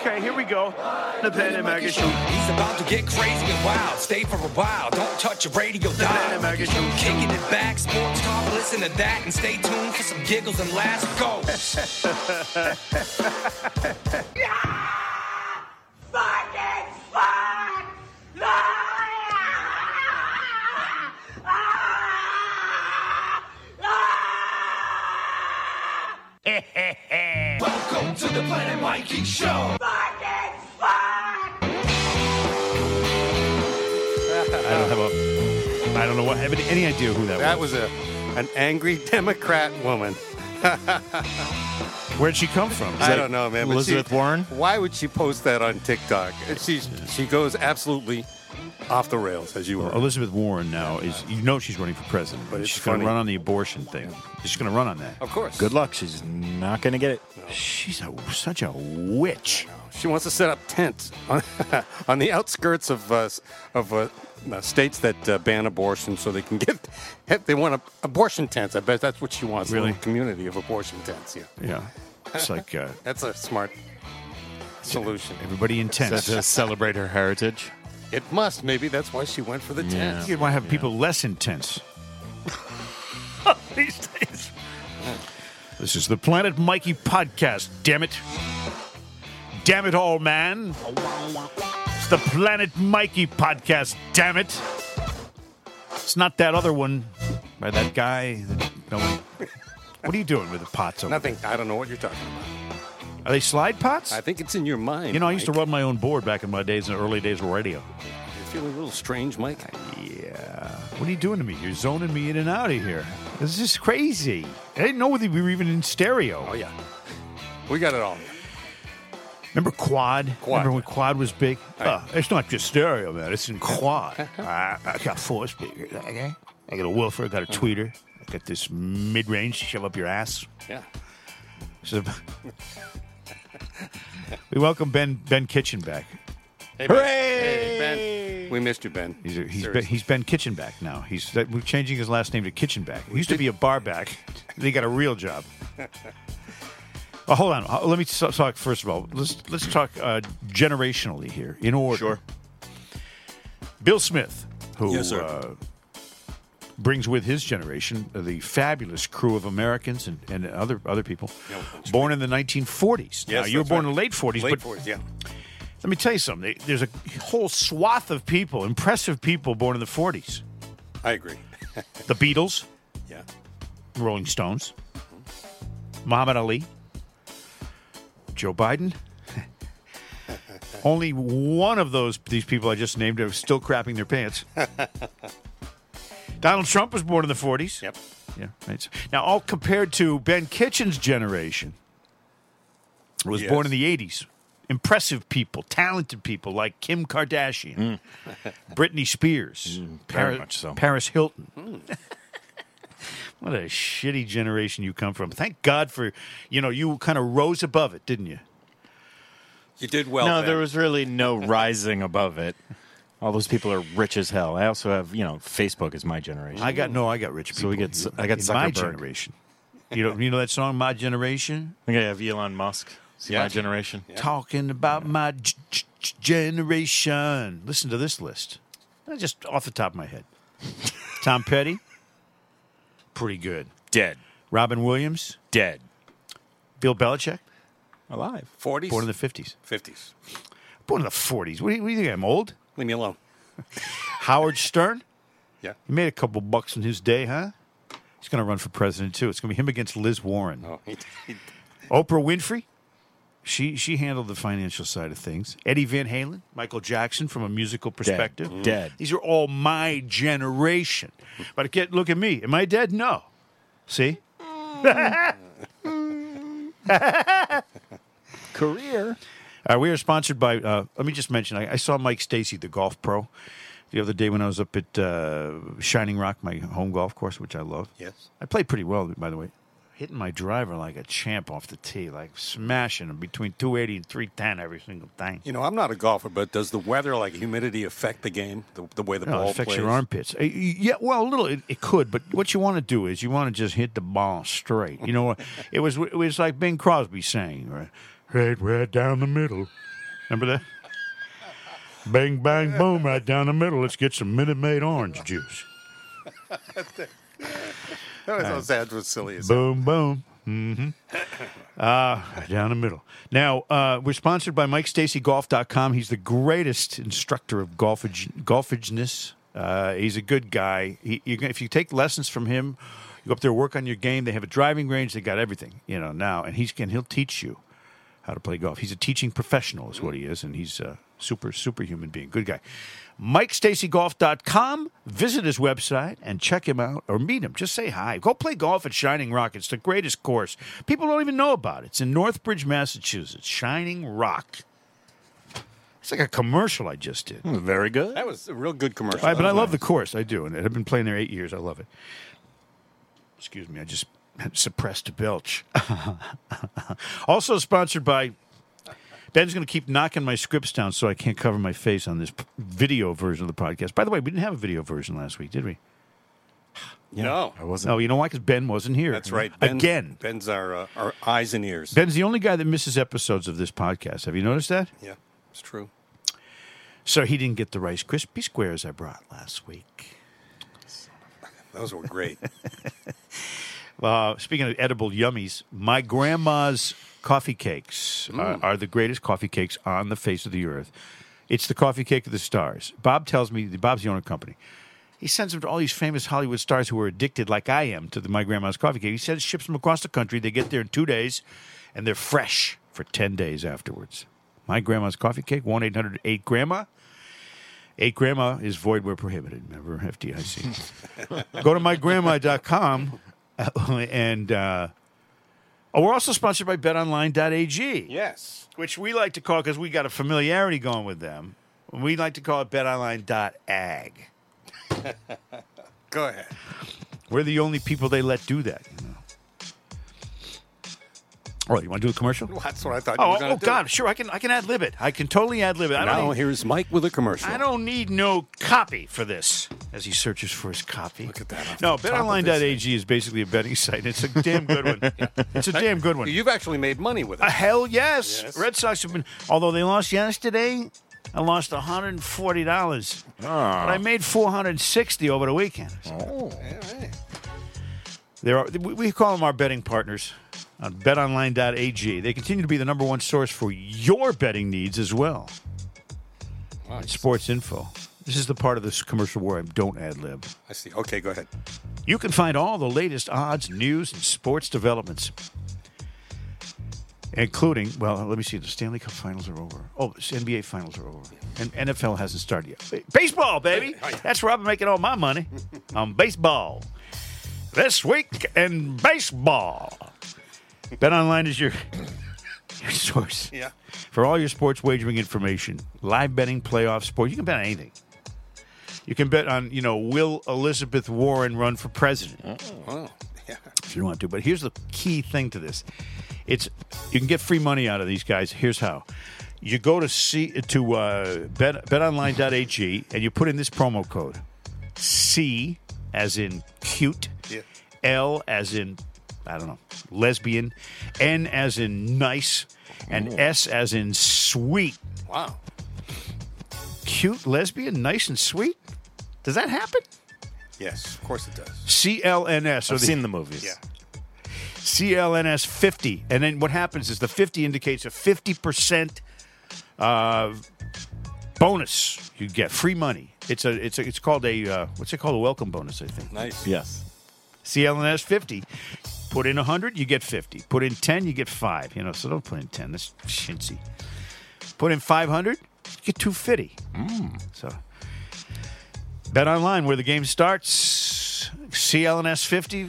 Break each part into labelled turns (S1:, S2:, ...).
S1: Okay, here we go. The Pen and Mega Show.
S2: He's about to get crazy and wild. Stay for a while. Don't touch your radio
S1: Pen
S2: dial.
S1: and Mega Show.
S2: Kicking it back, sports talk. Listen to that and stay tuned for some giggles and laughs. Go.
S3: fucking fuck! Ah! Ah!
S2: Welcome to the Planet Mikey Show.
S3: Fucking fuck!
S4: I don't have a. I don't know what. Have any, any idea who that,
S5: That
S4: was?
S5: was a an angry Democrat woman.
S4: Where'd she come from? Is
S5: I
S4: that
S5: don't know, man. but
S4: Elizabeth
S5: she-
S4: Warren.
S5: Why would she post that on TikTok? She she goes absolutely off the rails, as you were.
S4: Elizabeth Warren now is. You know she's running for president,
S5: But
S4: but
S5: it's
S4: she's going to
S5: funny.
S4: run on the abortion thing. She's going to run on that.
S5: Of course.
S6: Good luck. She's not going to get it.
S4: She's a, such a witch.
S5: She wants to set up tents on, on the outskirts of uh, s- of uh, uh, states that uh, ban abortion, so they can get if they want a, abortion tents. I bet that's what she wants. a
S4: Really?
S5: little community of abortion tents. Yeah,
S4: Yeah, it's like uh,
S5: that's a smart solution.
S4: everybody intense.
S6: To celebrate her heritage.
S5: It must. Maybe that's why she went for the
S6: Yeah.
S5: tents.
S4: You'd want to have people less intense these days. This is the Planet Mikey podcast. Damn it! Damn it all, man! It's the Planet Mikey podcast. Damn it! It's not that other one by that guy. that no one- What are you doing with the pots? Over
S5: Nothing. I don't know what you're talking about.
S4: there? Are they slide pots?
S5: I think it's in your mind.
S4: you know, I used to
S5: Mike.
S4: rub my own board back in my days, in the early days of radio.
S5: You're feeling a little strange, Mike.
S4: Yeah. What are you doing to me? You're zoning me in and out of here. This is crazy. I didn't know whether we were even in
S5: Oh
S4: stereo.
S5: yeah, we got it all.
S4: Remember quad?
S5: Quad.
S4: Remember when quad was big?
S5: Right.
S4: Uh, it's not just stereo, man. It's in quad. I, I got four speakers. Okay. I got a woofer. I got a tweeter. I got this mid-range to shove up your ass.
S5: Yeah.
S4: So- we welcome Ben Ben Kitchen back.
S5: Hey, Ben.
S4: Hooray!
S5: Hey, ben. We missed you, Ben.
S4: He's, a, he's,
S5: Seriously.
S4: ben, he's Ben Kitchenback now. He's that, we're changing his last name to Kitchenback. He used to be a barback. then he got a real job. Oh, hold on. Uh, Let me so- talk first of all. Let's let's talk uh, generationally here in order.
S6: Sure.
S4: Bill Smith, who
S5: Yes, sir.
S4: Uh, brings with his generation the fabulous crew of Americans and, and other other people born in the 1940s. now,
S5: Yes,
S4: you were
S5: that's
S4: born
S5: right.
S4: in the late 40s,
S5: Late
S4: but
S5: 40s, yeah.
S4: let me tell you something. They- There's a whole swath of people, impressive people born in the 40s.
S5: I agree.
S4: The Beatles,
S5: yeah.
S4: Rolling Stones, Muhammad Ali, Joe Biden. Only one of those these people I just named are still crapping their pants. Donald Trump was born in the 40s.
S5: Yep.
S4: Yeah, right. Now, all compared to Ben Kitchen's generation, who was
S5: Yes.
S4: born in the 80s. Impressive people, talented people like Kim Kardashian, Britney Spears,
S6: Mm. very much so. Mm.
S4: Paris Hilton. what a shitty generation you come from. Thank God for, you know, you kind of rose above it, didn't you?
S5: You did well.
S6: no,
S5: ben.
S6: there was really no rising above it. All those people are rich as hell. I also have, you know, Facebook is my generation.
S4: I got no, I got rich people.
S6: So we get
S4: You-
S6: I got
S4: in my
S6: Zuckerberg.
S4: generation. You know, you know that song, My Generation.
S6: I think I have Elon Musk. See
S5: Yeah.
S6: my generation.
S4: talking about my g- g- g- generation. Listen to this list. Uh, Just off the top of my head. Tom Petty, pretty good.
S6: Dead.
S4: Robin Williams,
S6: Dead.
S4: Bill Belichick,
S6: Alive.
S5: 40s.
S4: born in the 50s.
S5: 50s.
S4: Born in the 40s. What do you, what do you think? I'm old?
S5: Leave me alone.
S4: Howard Stern,
S5: Yeah.
S4: he made a couple bucks in his day, huh? He's going to run for president, too. It's going to be him against Liz Warren.
S5: Oh, he, he,
S4: Oprah Winfrey. She she handled the financial side of things. Eddie Van Halen, Michael Jackson from a musical perspective.
S6: Dead.
S4: These are all my generation. But again, look at me. Am I dead? No. See?
S6: Career.
S4: Uh, we are sponsored by. Uh, let me just mention. I, I saw Mike Stacy, the golf pro, the other day when I was up at uh, Shining Rock, my home golf course, which I love.
S5: Yes.
S4: I played pretty well, by the way. Hitting my driver like a champ off the tee, like smashing him between 280 and 310 every single thing.
S5: you know, I'm not a golfer, but does the weather, like humidity, affect the game? The, the way the
S4: No,
S5: ball
S4: Oh, it affects
S5: plays?
S4: your armpits. Uh, y- Yeah, well, a little it, it could, but what you want to do is you want to just hit the ball straight. You know, it was it was like Bing Crosby saying, or Right, right down the middle. Remember that? Bang, bang, boom, right down the middle. Let's get some Minute Maid orange juice.
S5: That was
S4: Uh,
S5: so sad. Was silly as
S4: Boom, boom. Mm-hmm. Uh, down the middle. Now, uh, we're sponsored by MikeStacyGolf.com. He's the greatest instructor of golfage, golfageness. Uh, he's a good guy. He, you, can- if you take lessons from him, you go up there, work on your game. They have a driving range. They got everything, you know, now. And, he's, and he'll teach you how to play golf. He's a teaching professional is what he is, and he's a super, super human being. Good guy. MikeStacyGolf.com. Visit his website and check him out or meet him. Just say hi. Go play golf at Shining Rock. It's the greatest course. People don't even know about it. It's in Northbridge, Massachusetts. Shining Rock. It's like a commercial I just did.
S6: Very good.
S5: That was a real good commercial.
S4: Right, but I love the course. I do, and I've been playing there eight years. I love it. Excuse me, I just had suppressed a belch. also sponsored by. Ben's going to keep knocking my scripts down so I can't cover my face on this p- video version of the podcast. By the way, we didn't have a video version last week, did we?
S5: No,
S6: I wasn't.
S4: No, you know why? Because Ben wasn't here.
S5: that's right. Ben-
S4: Again.
S5: Ben's our uh, our eyes and ears.
S4: Ben's the only guy that misses episodes of this podcast. Have you noticed that?
S5: yeah, it's true.
S4: So he didn't get the Rice Krispie Squares I brought last week.
S5: Those were great.
S4: Uh, speaking of edible yummies, my grandma's coffee cakes are, are the greatest coffee cakes on the face of the earth. It's the coffee cake of the stars. Bob tells me Bob's the owner of the company. He sends them to all these famous Hollywood stars who are addicted, like I am, to the my grandma's coffee cake. He says ships them across the country. They get there in two days, and they're fresh for ten days afterwards. My grandma's coffee cake, one eight hundred eight grandma. Eight grandma is void where prohibited. Remember FDIC go to mygrandma.com and uh, oh, we're also sponsored by betonline.ag
S5: yes.
S4: which we like to call because we got a familiarity going with them we like to call it betonline.ag
S5: Go ahead.
S4: we're the only people they let do that you know all right you want to do a commercial
S5: Well, that's what I thought. you
S4: oh,
S5: were gonna
S4: oh
S5: do.
S4: god sure i can i can ad lib it i can totally ad lib it i don't
S5: Now
S4: need,
S5: here's Mike with a commercial.
S4: I don't need no copy for this. As he searches for his copy.
S5: Look at that, off
S4: No,
S5: the top of his
S4: betonline.ag is basically a betting site. It's a damn good one. It's a damn good one.
S5: You've actually made money with it.
S4: Uh, hell yes.
S5: Yes.
S4: Red Sox have been, although they lost yesterday, I lost $140. But I made 460 over the weekend. There are, we we call them our betting partners on betonline.ag. They continue to be the number one source for your betting needs as well. And Sports info. This is the part of this commercial where I don't ad lib.
S5: I see. Okay, go ahead.
S4: You can find all the latest odds, news, and sports developments, including, well, let me see, the Stanley Cup finals are over. Oh, the NBA finals are over. And NFL hasn't started yet. Baseball, baby! That's where I've been making all my money on baseball. This week in baseball. Bet Online is your, your source
S5: Yeah.
S4: for all your sports wagering information, live betting, playoff sports. You can bet on anything. You can bet on, you know, will Elizabeth Warren run for president?
S5: Oh, Wow. Yeah.
S4: if you want to. But here's the key thing to this: it's you can get free money out of these guys. Here's how: you go to see to uh, bet betonline.ag and you put in this promo code C as in cute,
S5: Yeah.
S4: L as in I don't know lesbian, N as in nice,
S5: Oh.
S4: and S as in sweet.
S5: Wow.
S4: Cute, lesbian, nice, and sweet. Does that happen?
S5: Yes, of course it does.
S4: CLNS. or
S6: I've
S4: the-
S6: seen the movies.
S5: Yeah.
S4: CLNS 50. And then what happens is the 50 indicates a 50% uh, bonus you get, free money. It's a, it's a, it's called a, uh, what's it called? A welcome bonus, I think.
S5: Nice.
S6: Yes.
S4: CLNS 50. Put in 100, you get 50. Put in 10, you get 5. You know, so don't put in 10. That's chintzy. Put in 500, you get 250. So bet online where the game starts. CLNS 50.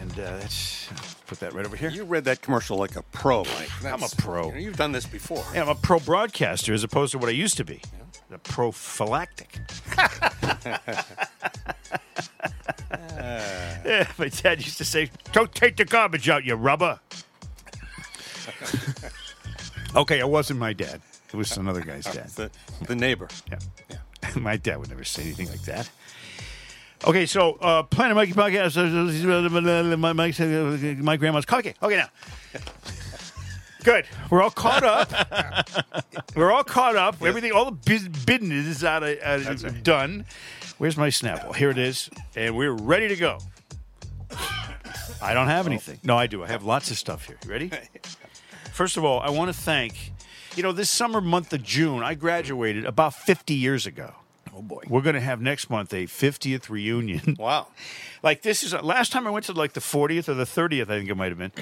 S4: And uh, that's, put that right over here.
S5: You read that commercial like a pro, Mike.
S4: I'm a
S5: That's-
S4: pro.
S5: you know, You've done this before.
S4: Yeah, I'm a pro broadcaster as opposed to what I used to be. The prophylactic. yeah, my dad used to say, "Don't take the garbage out, you rubber." okay, it wasn't my dad. It was another guy's dad.
S5: The, the neighbor.
S4: Yeah.
S5: Yeah.
S4: My dad would never say anything like that. Okay, so uh, Planet Mikey uh, podcast. My, my, my grandma's coffee cake. Okay, now. Good. We're all caught up. We're all caught up. Everything, all the bus- business is out of, out of- done. Where's my Snapple? Here it is, and we're ready to go. I don't have anything. No, I do. I have lots of stuff here. You ready? First of all, I want to thank. You know, this summer month of June, I graduated about 50 years ago.
S5: Oh boy.
S4: We're going to have next month a 50th reunion.
S5: Wow.
S4: Like this is last time I went to like the 40th or the 30th, I think it might have been.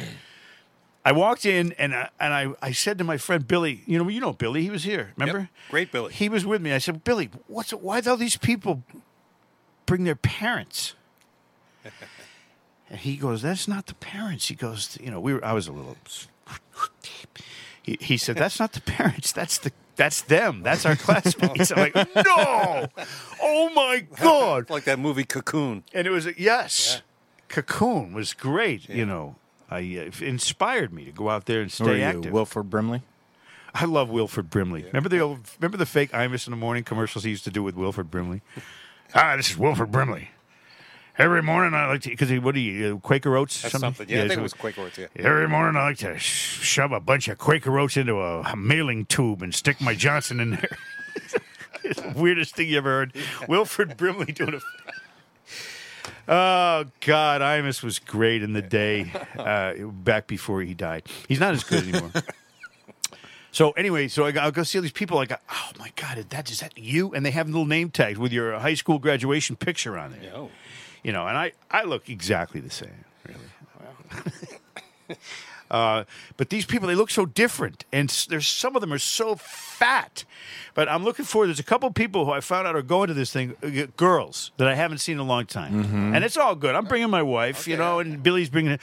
S4: I walked in and I, and I, I said to my friend Billy, you know, you know Billy, he was here, remember?
S5: Great Billy.
S4: He was with me. I said, Billy, what's why do all these people bring their parents? and he goes, that's not the parents. He goes, you know, we were, I was a little. He, he said, that's not the parents. That's the that's them. That's our classmates. I'm like, no, oh my god.
S5: Like that movie Cocoon.
S4: And it was yes, Cocoon was great. You know, I uh, it inspired me to go out there and
S6: Who are
S4: stay
S6: you,
S4: active.
S6: Wilford Brimley?
S4: I love Wilford Brimley. Remember the old, remember the fake Imus in the morning commercials he used to do with Wilford Brimley. ah, this is Wilford Brimley. Every morning I like to because what do you uh, Quaker Oats?
S5: That's something. Yeah, I think it was
S4: so-
S5: Quaker Oats, yeah.
S4: Every morning I like to sh- shove a bunch of Quaker Oats into a mailing tube and stick my Johnson in there. it's the weirdest thing you ever heard. Wilfred Brimley doing a. Oh God, Imus was great in the day, uh, back before he died. He's not as good anymore. So anyway, so I, go- I'll go see all these people. I go, oh my god, that is that you? And they have little name tags with your high school graduation picture on there.
S5: Oh.
S4: You know, and I I look exactly the same, really. uh, but these people, they look so different, and s- there's some of them are so fat. But I'm looking forward. There's a couple people who I found out are going to this thing, uh, g- girls that I haven't seen in a long time,
S5: Mm-hmm.
S4: and it's all good. I'm bringing my wife, you know, and Billy's bringing.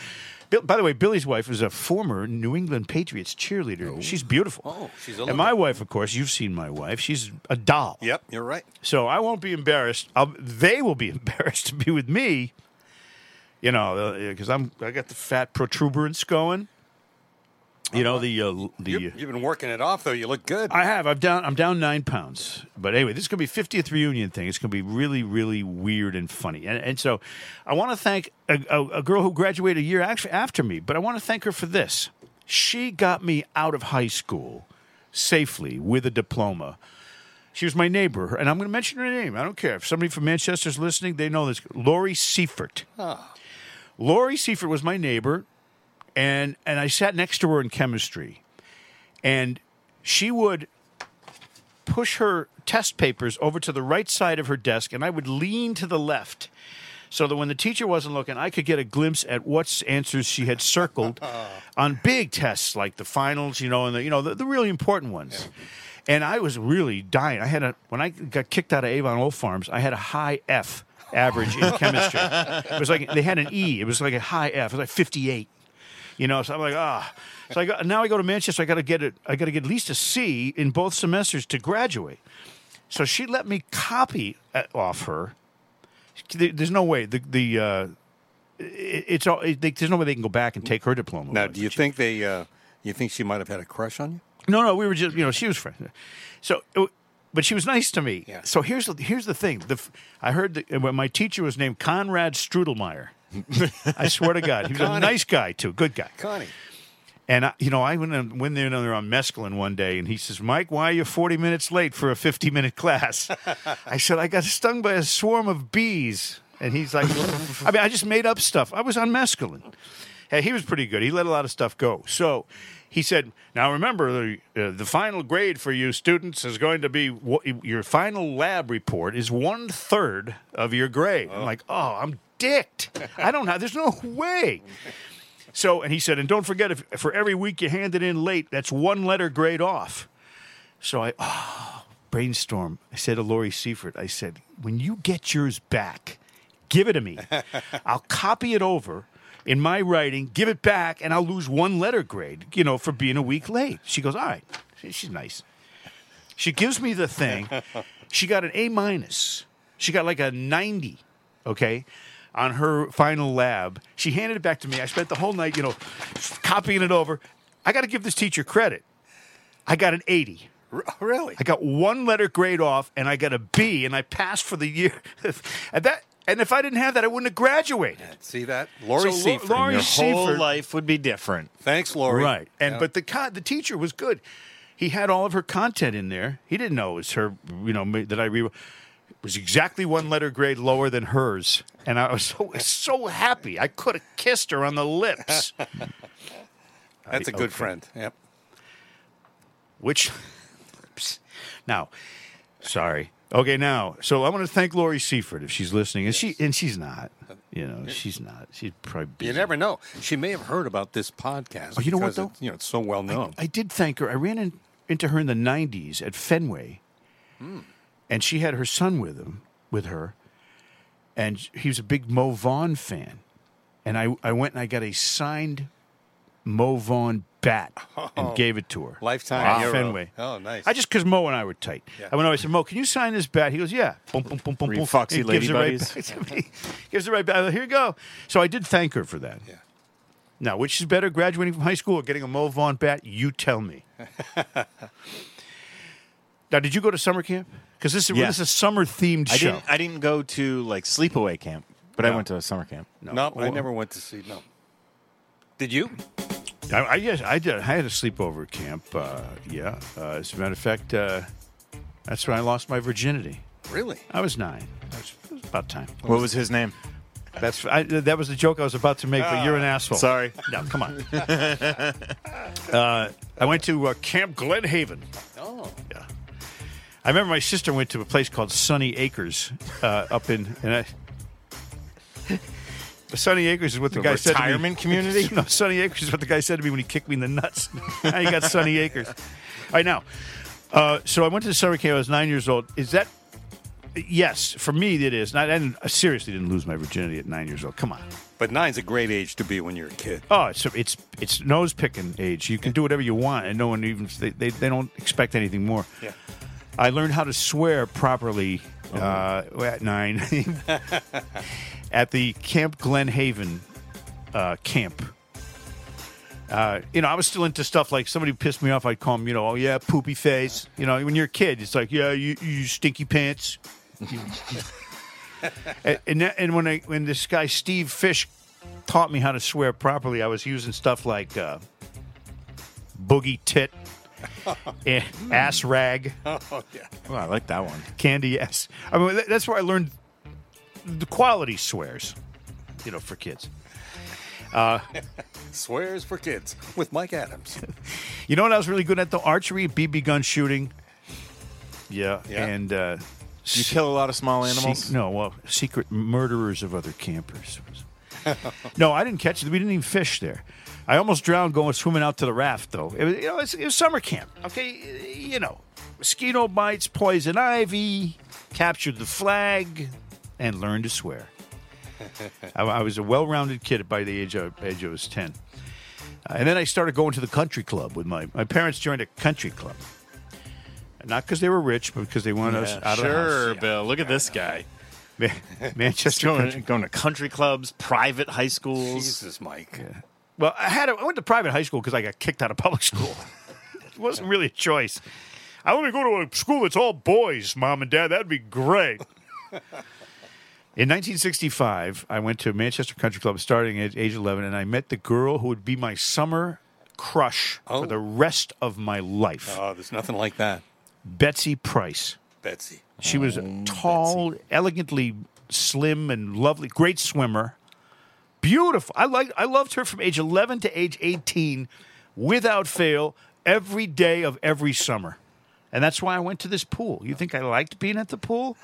S4: Bill, by the way, Billy's wife is a former New England Patriots cheerleader. She's beautiful.
S5: Oh, she's a
S4: and my wife, of course, you've seen my wife. She's a doll.
S5: Yep, you're right.
S4: So I won't be embarrassed. I'll, they will be embarrassed to be with me. You know, because I'm I got the fat protuberance going. You know the uh, l- the.
S5: You, you've been working it off though. You look good.
S4: I have. I'm down. I'm down nine pounds. But anyway, this is gonna be 50th reunion thing. It's gonna be really, really weird and funny. And, and so, I want to thank a, a, a girl who graduated a year after, after me. But I want to thank her for this. She got me out of high school safely with a diploma. She was my neighbor, and I'm going to mention her name. I don't care if somebody from Manchester's listening; they know this. Lori Seifert. Lori Seifert was my neighbor, and and I sat next to her in chemistry, and she would push her test papers over to the right side of her desk, and I would lean to the left. So that when the teacher wasn't looking, I could get a glimpse at what answers she had circled on big tests like the finals, you know, and the you know the, the really important ones. And I was really dying. I had a when I got kicked out of Avon Old Farms, I had a high F average in chemistry. It was like they had an E. It was like a high F. It was like fifty eight. You know, so I'm like, ah. So I got, now I go to Manchester. I got to get it. I got to get at least a C in both semesters to graduate. So she let me copy uh, off her. There- There's no way the the uh, it, it's all. It, they- there's no way they can go back and take her diploma.
S5: now,
S4: away.
S5: do you think they? Uh, you think she might have had a crush on you?
S4: No, no, we were just you know she was friends. So, it- but she was nice to me.
S5: Yeah.
S4: So here's the- here's the thing. The f- I heard that when my teacher was named Conrad Strudelmeyer. I swear to God, he was a
S5: Connie.
S4: nice guy too, good guy.
S5: Connie.
S4: And I, you know, I went in, went there and they were on mescaline one day, and he says, "Mike, why are you forty minutes late for a fifty minute class?" I said, "I got stung by a swarm of bees," and he's like, "I mean, I just made up stuff. I was on mescaline." Hey, he was pretty good. He let a lot of stuff go. So he said, "Now remember, the, uh, the final grade for you students is going to be wha- your final lab report is one third of your grade." I'm like, "Oh, I'm dicked. I don't know. There's no way." So, and he said, and don't forget, if for every week you hand it in late, that's one letter grade off. So I oh, brainstorm. I said to Lori Seifert, I said, when you get yours back, give it to me. I'll copy it over in my writing, give it back, and I'll lose one letter grade, you know, for being a week late. She goes, all right. She- She's nice. She gives me the thing. She got an A minus. She got like a 90, okay, on her final lab. She handed it back to me. I spent the whole night, you know, copying it over. I got to give this teacher credit. I got an 80.
S5: R- oh, really?
S4: I got one letter grade off and I got a B and I passed for the year. and that And if I didn't have that, I wouldn't have graduated.
S5: See that?
S4: So,
S5: Lori Seifert.
S4: Lori-
S6: Your whole
S4: Seifert-
S6: life would be different.
S5: Thanks, Lori.
S4: Right. And
S5: Yeah.
S4: but the co- the teacher was good. He had all of her content in there. He didn't know it was her. You know ma- that I re- it was exactly one letter grade lower than hers, and I was so so happy. I could have kissed her on the lips.
S5: that's a good friend. Yep.
S4: Which Psst. now, sorry. Okay, now, so I want to thank Lori Seifert if she's listening, and she and she's not. You know, she's not. She's probably
S5: You
S4: busy.
S5: never know. She may have heard about this podcast.
S4: Oh, you know what,
S5: because
S4: though?
S5: It, you know, it's so well known.
S4: I did thank her. I ran in, into her in the '90s at Fenway,
S5: Hmm.
S4: and she had her son with him, with her, and he was a big Mo Vaughn fan, and I I went and I got a signed Mo Vaughn bat and gave it to her.
S5: Oh. Lifetime
S4: at
S5: hero.
S4: Fenway.
S5: Oh, nice.
S4: I just because Mo and I were tight.
S5: Yeah.
S4: I went over. I said, Mo, can you sign this bat? He goes, Yeah. Boom, boom, boom, boom,
S6: Were you
S4: boom.
S6: foxy
S4: And he gives
S6: lady
S4: it right
S6: buddies?
S4: back to me. gives it right back. I go, Here you go. So I did thank her for that.
S5: yeah.
S4: Now, which is better, graduating from high school or getting a Mo Vaughn bat? You tell me. now, did you go to summer camp? Because this, is
S6: Yeah.
S4: this is a summer themed
S6: I
S4: show.
S6: didn't. I didn't go to like sleepaway camp, but I went to a summer camp.
S5: No, I never went to see. No. Did you?
S4: I, I yes, I did. I had a sleepover at camp. Uh, yeah, uh, as a matter of fact, uh, that's when I lost my virginity.
S5: Really?
S4: I was nine. It was, it was about time.
S6: What was his name?
S4: That's I, that was the joke I was about to make, but you're an asshole.
S6: Sorry.
S4: No, come on. uh, I went to uh, Camp Glen Haven.
S5: Oh.
S4: Yeah. I remember my sister went to a place called Sunny Acres uh, up in and I. Sunny Acres is what the,
S6: The
S4: guy
S6: retirement
S4: said. to me.
S6: community?
S4: no, Sunny Acres is what the guy said to me when he kicked me in the nuts. now you got Sunny Acres. All right, now. Uh, so I went to the summer camp. I was nine years old. Is that? Yes, for me it is. Not, I, didn't, I seriously didn't lose my virginity at nine years old. Come on.
S5: But nine's a great age to be when you're a kid.
S4: Oh, it's it's it's nose picking age. You can do whatever you want, and no one even they, they, they don't expect anything more.
S5: Yeah.
S4: I learned how to swear properly uh, at nine at the Camp Glen Haven uh, camp. Uh, you know, I was still into stuff like somebody pissed me off. I'd call him, you know, oh yeah, poopy face. You know, when you're a kid, it's like, yeah, you, you stinky pants. and and, that, and when I when this guy Steve Fish taught me how to swear properly, I was using stuff like uh, boogie tit, and ass rag
S6: Oh, I like that one.
S4: candy ass. I mean, that- that's where I learned the quality swears, you know, for kids.
S5: Swears for kids with Mike Adams.
S4: You know what I was really good at though? Archery, BB gun shooting. Yeah,
S5: Yeah.
S4: and uh,
S6: You kill a lot of small animals.
S4: Se- no, well, secret murderers of other campers. no, I didn't catch it. We didn't even fish there. I almost drowned going swimming out to the raft, though. It was, you know, it's, it was summer camp. Okay, you know, mosquito bites, poison ivy, captured the flag, and learned to swear. I, I was a well-rounded kid by the age of age I was ten, Uh, and then I started going to the country club with my my parents joined a country club. Not because they were rich, but because they wanted us out of the house.
S6: sure, Bill. Look at this guy.
S4: Ma-
S6: Just
S4: Manchester.
S6: going,
S4: country.
S6: going to country clubs, private high schools.
S5: Jesus, Mike.
S4: Well, I had a, I went to private high school because I got kicked out of public school. it wasn't really a choice. I want to go to a school that's all boys, mom and dad. That'd be great. In 1965, I went to Manchester Country Club starting at age 11, and I met the girl who would be my summer crush
S5: Oh.
S4: for the rest of my life
S5: Oh, there's nothing like that,
S4: Betsy Price.
S5: Betsy.
S4: She was tall, elegantly slim, and lovely. Great swimmer, beautiful. I liked, I loved her from age eleven to age eighteen, without fail, every day of every summer, and that's why I went to this pool. You think I liked being at the pool?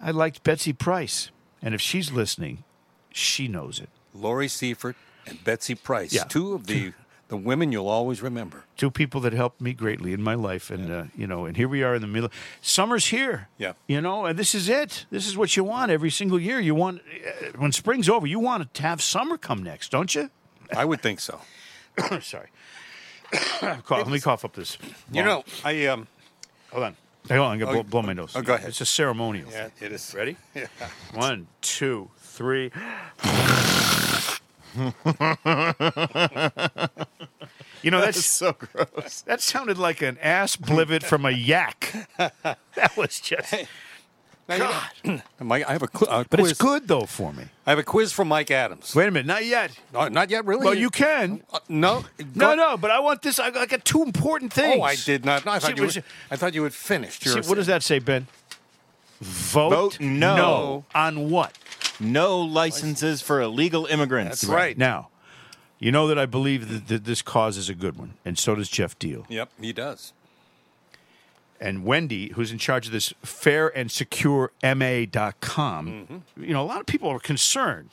S4: I liked Betsy Price, and if she's listening, she knows it.
S5: Lori Seifert and Betsy Price.
S4: Yeah.
S5: Two of the the women you'll always remember.
S4: two people that helped me greatly in my life and uh, you know and here we are in the middle summer's here
S5: Yeah.
S4: you know and this is it this is what you want every single year you want uh, when spring's over you want to have summer come next don't you
S5: I would think so.
S4: sorry cough, let me cough up this
S5: You know, I um
S4: hold on hold on i'm gonna blow,
S5: Oh,
S4: blow my nose
S5: oh, go ahead.
S4: it's a ceremonial
S5: yeah, it is.
S4: ready one two three you know that's
S6: so gross.
S4: That sounded like an ass blivet from a yak. That was just.
S5: God. Mike, I have a, cl- a
S4: But
S5: quiz.
S4: it's good though for me.
S5: I have a quiz from Mike Adams.
S4: Wait a minute, not yet.
S5: Uh, not yet, really.
S4: Well, you can.
S5: Uh, no.
S4: No,
S5: Go-
S4: no, but I want this. I got I got two important things.
S5: Oh, I did not. No, I,
S4: See,
S5: thought you
S4: was-
S5: would, I thought you had finished. Your
S4: See, what does that say, Ben? Vote,
S6: Vote no.
S4: on what?
S6: No licenses for illegal immigrants.
S5: That's right.
S4: Now, you know that I believe that, that this cause is a good one, and so does Jeff Deal.
S5: Yep, he does.
S4: and Wendy, who's in charge of this fairandSecureMA.com,
S5: Mm-hmm.
S4: you know, a lot of people are concerned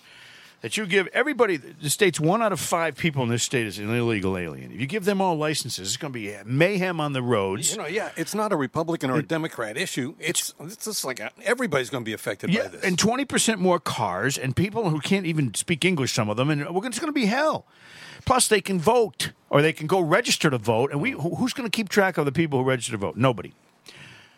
S4: that you give everybody, the state's one out of five people in this state is an illegal alien. If you give them all licenses, it's going to be mayhem on the roads.
S5: You know, yeah, it's not a Republican or a Democrat issue. It's it's just like a, everybody's going to be affected by
S4: yeah,
S5: this.
S4: and 20% more cars and people who can't even speak English, some of them, and uh, we're, gonna- it's going to be hell. Plus, they can vote or they can go register to vote, and we who- who's going to keep track of the people who register to vote? Nobody.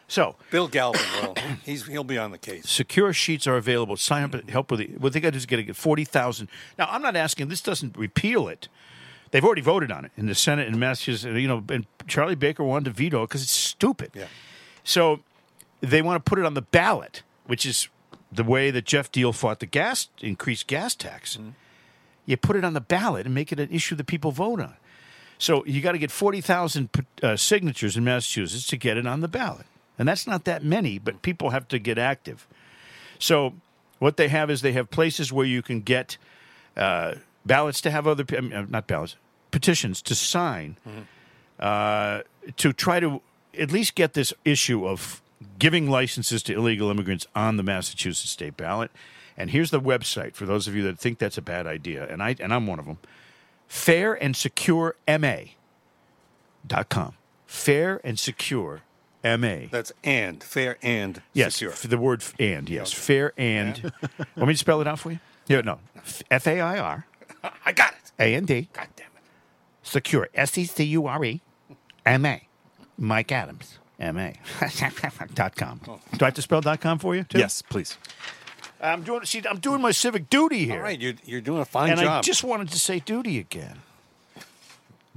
S4: So,
S5: Bill Galvin, well, he's he'll be on the case.
S4: secure sheets are available. Sign up and help with it. What they got to do is get to get forty thousand. Now I'm not asking. This doesn't repeal it. They've already voted on it in the Senate and Massachusetts. You know, and Charlie Baker wanted to veto it because it's stupid.
S5: Yeah.
S4: So they want to put it on the ballot, which is the way that Jeff Deal fought the gas increased gas tax. You put it on the ballot and make it an issue that people vote on. So you got to get forty thousand uh, signatures in Massachusetts to get it on the ballot, and that's not that many. But people have to get active. So what they have is they have places where you can get uh, ballots to have other pe- I mean, uh, not ballots petitions to sign uh, to try to at least get this issue of giving licenses to illegal immigrants on the Massachusetts state ballot. And here's the website for those of you that think that's a bad idea, and I and I'm one of them. Fair and Secure MA dot com. Fair and Secure MA.
S5: That's and fair and
S4: Yes,
S5: secure.
S4: for the word f- and, yes. Fair and. Want me to spell it out for you? Yeah, no. F A I R
S5: I got it.
S4: A N D.
S5: God damn it.
S4: Secure. S E C U R E M A. Mike Adams. M A. dot com.
S5: Oh.
S4: Do I have to spell dot com for you? Too?
S6: Yes, please.
S4: I'm doing, see, I'm doing my civic duty here.
S5: All right, you're you're doing a fine
S4: and
S5: job.
S4: I just wanted to say duty again.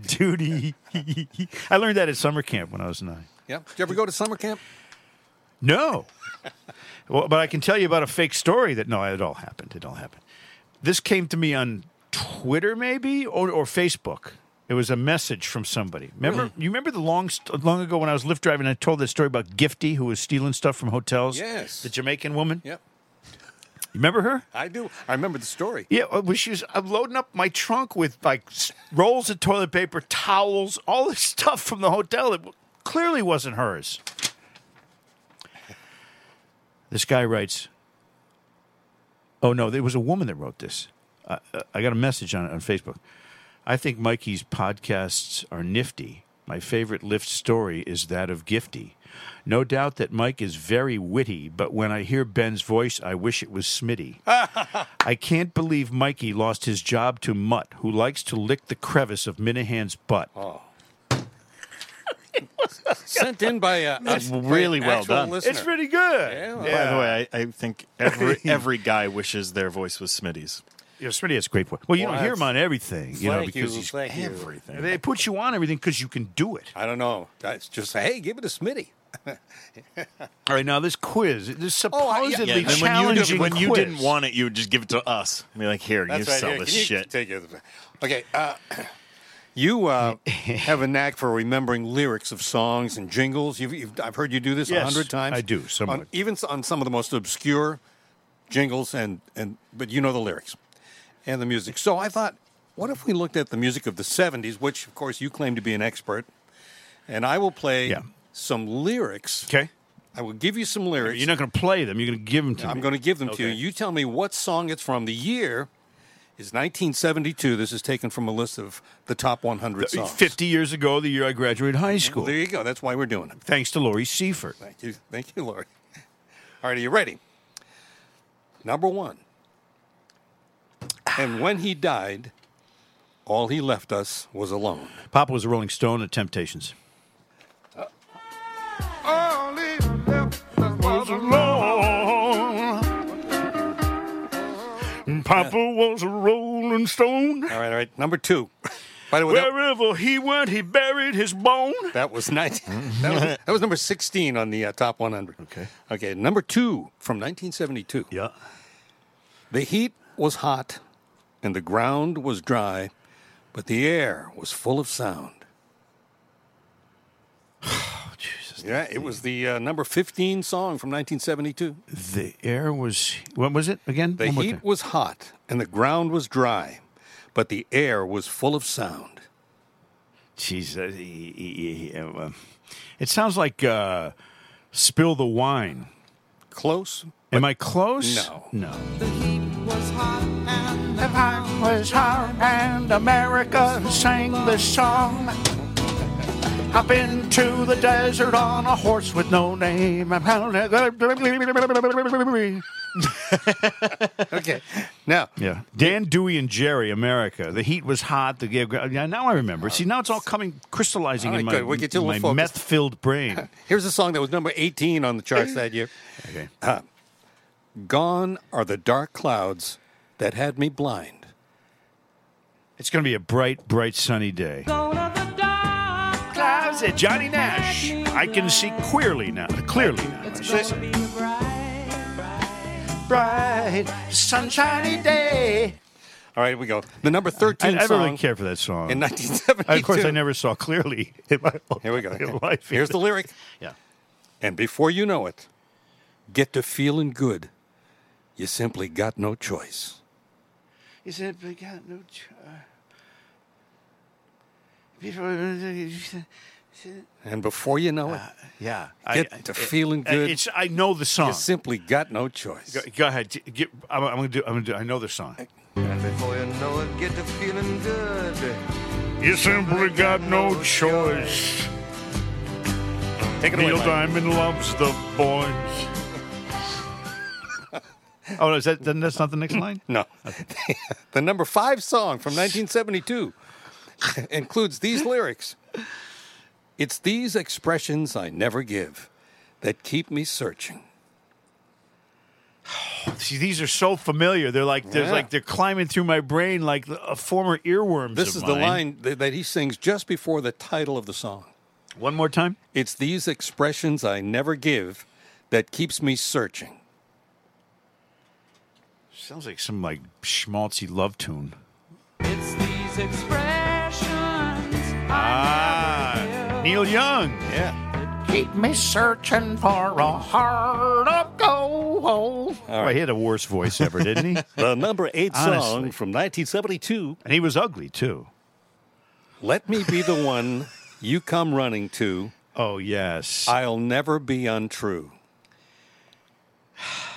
S4: Duty. I learned that at summer camp when I was nine.
S5: Yep. Did you ever go to summer camp?
S4: No. well, but I can tell you about a fake story that no, it all happened. It all happened. This came to me on Twitter, maybe or, or Facebook. It was a message from somebody. Remember, you remember the long st- long ago when I was lift driving, I told this story about Gifty who was stealing stuff from hotels.
S5: Yes.
S4: the Jamaican woman.
S5: Yep.
S4: You remember her?
S5: I do. I remember the story.
S4: Yeah, uh, well, she was I'm loading up my trunk with like s- rolls of toilet paper, towels, all this stuff from the hotel that w- clearly wasn't hers. This guy writes, "Oh no, there was a woman that wrote this. Uh, uh, I got a message on on Facebook. I think Mikey's podcasts are nifty. My favorite Lyft story is that of Gifty. No doubt that Mike is very witty, but when I hear Ben's voice, I wish it was Smitty." I can't believe Mikey lost his job to Mutt, who likes to lick the crevice of Minahan's butt.
S5: Oh. Sent in by uh, a,
S6: really
S5: by an
S6: well
S5: actual
S6: done.
S5: Listener.
S4: good.
S5: Yeah, well,
S6: By the way, I, I think every every guy wishes their voice was Smitty's.
S4: Yeah, Smitty has a great voice. Well, you
S5: Well,
S4: don't hear him
S5: that's-
S4: on everything, you know,
S5: Thank
S4: because
S5: you,
S4: he's-
S5: thank you.
S6: Everything.
S4: they put you on everything because you can do it.
S5: I don't know. It's just hey, give it to Smitty.
S4: All right, now this quiz, this
S5: Oh, I- yeah,
S4: supposedly
S5: yeah,
S6: And then when you,
S4: challenging
S6: did, when you
S4: quiz.
S6: didn't want it, you would just give it to us. Be like, here, you
S5: right,
S6: sell
S5: here,
S6: this
S5: can you
S6: shit.
S5: Take it. Okay. Uh, you uh, have a knack for remembering lyrics of songs and jingles. You've, you've, I've heard you do this a
S4: Yes,
S5: hundred times.
S4: I do, somewhat.
S5: On- even s- on some of the most obscure jingles, and, and but you know the lyrics and the music. So I thought, what if we looked at the music of the '70s, which of course you claim to be an expert, and I will play
S4: Yeah.
S5: some lyrics.
S4: Okay.
S5: I will give you some lyrics.
S4: You're not going to play them. You're going to give them to me. Uh,
S5: I'm going to give them to you. You tell me what song it's from. The year is 1972. This is taken from a list of the top 100 songs.
S4: 50 years ago, the year I graduated high school,
S5: There you go. That's why we're doing it.
S4: thanks to Lori Seifert.
S5: Thank you. Thank you, Lori. All right, are you ready? Number one. And when he died, all he left us was alone.
S4: Papa was a Rolling Stone at Temptations. Papa was a Rolling Stone.
S5: All right, all right. Number two. By the way, that,
S4: Wherever he went, he buried his bone.
S5: that was 19, that, was, that was number 16 on the uh, top 100.
S4: Mm-hmm. Okay.
S5: Okay, number two from 1972.
S4: Yeah.
S5: The heat was hot and the ground was dry, but the air was full of sound.
S4: Jesus.
S5: Yeah, it was the uh, number 15 song from 1972.
S4: The air was. What was it again?
S5: The
S4: One more
S5: heat
S4: time.
S5: was hot and the ground was dry, but the air was full of sound.
S4: Jeez, uh, he- he- he- uh, it sounds like uh, "Spill the Wine."
S5: Close.
S4: Am I close? no.
S5: No.
S7: was hot and the
S4: was hard and America sang this song. Up into the desert on a horse with no name.
S5: Okay. Now,
S4: Yeah. Dan, Dewey, and Jerry, America. The heat was hot. The yeah, now I remember. See, now it's all coming crystallizing
S5: All
S4: in
S5: right,
S4: my,
S5: good. We'll get you a
S4: my
S5: little focused.
S4: meth-filled brain.
S5: here's a song that was number 18 on the charts that year.
S4: Okay.
S5: Gone are the dark clouds that had me blind.
S4: It's going to be a bright, bright sunny day. Clouds at Johnny Nash. I can see clearly now. Clearly now. bright, sunshiny day.
S5: All right, here we go. The number
S4: I,
S5: 13
S4: I don't
S5: song
S4: really care for that song.
S5: in
S4: I-
S5: 1972.
S4: of course, I never saw clearly in my whole
S5: Here we go.
S4: fucking life.
S5: Here's the lyric.
S4: yeah.
S5: And before you know it, get to feeling good. You simply got no choice.
S4: He said, "But got no uh, choice."
S5: And before you know
S4: Ah,
S5: it,
S4: Yeah,
S5: Get to feeling good.
S4: It's I know the song.
S5: you simply got no choice.
S4: ah. Go, go ahead. G- Get, I'm, I'm gonna do. I'm gonna do. I know the song.
S7: Before you know it, get to feeling good.
S4: You simply got no choice.
S5: Take it away.
S4: Neil
S5: Mike.
S4: Diamond loves the boys. oh, is that? Then that's not the next line.
S5: No. the number five song from 1972 includes these lyrics It's these expressions I never give that keep me searching.
S4: See, these are so familiar. They're like, there's
S5: Yeah.
S4: like they're climbing through my brain like a former earworms.
S5: This
S4: of
S5: is the
S4: mine.
S5: line that that he sings just before the title of the song.
S4: One more time.
S5: It's these expressions I never give that keeps me searching.
S4: Sounds like some like schmaltzy love tune.
S7: It's these expressions.
S4: Ah, Neil Young.
S5: Yeah.
S4: Keep me searching for a heart of gold. Oh, he had the worst voice ever, didn't he?
S5: The number eight
S4: Honestly.
S5: song from 1972
S4: and he was ugly too.
S5: Let Me Be the One You Come Running To.
S4: Oh yes.
S5: I'll never be untrue.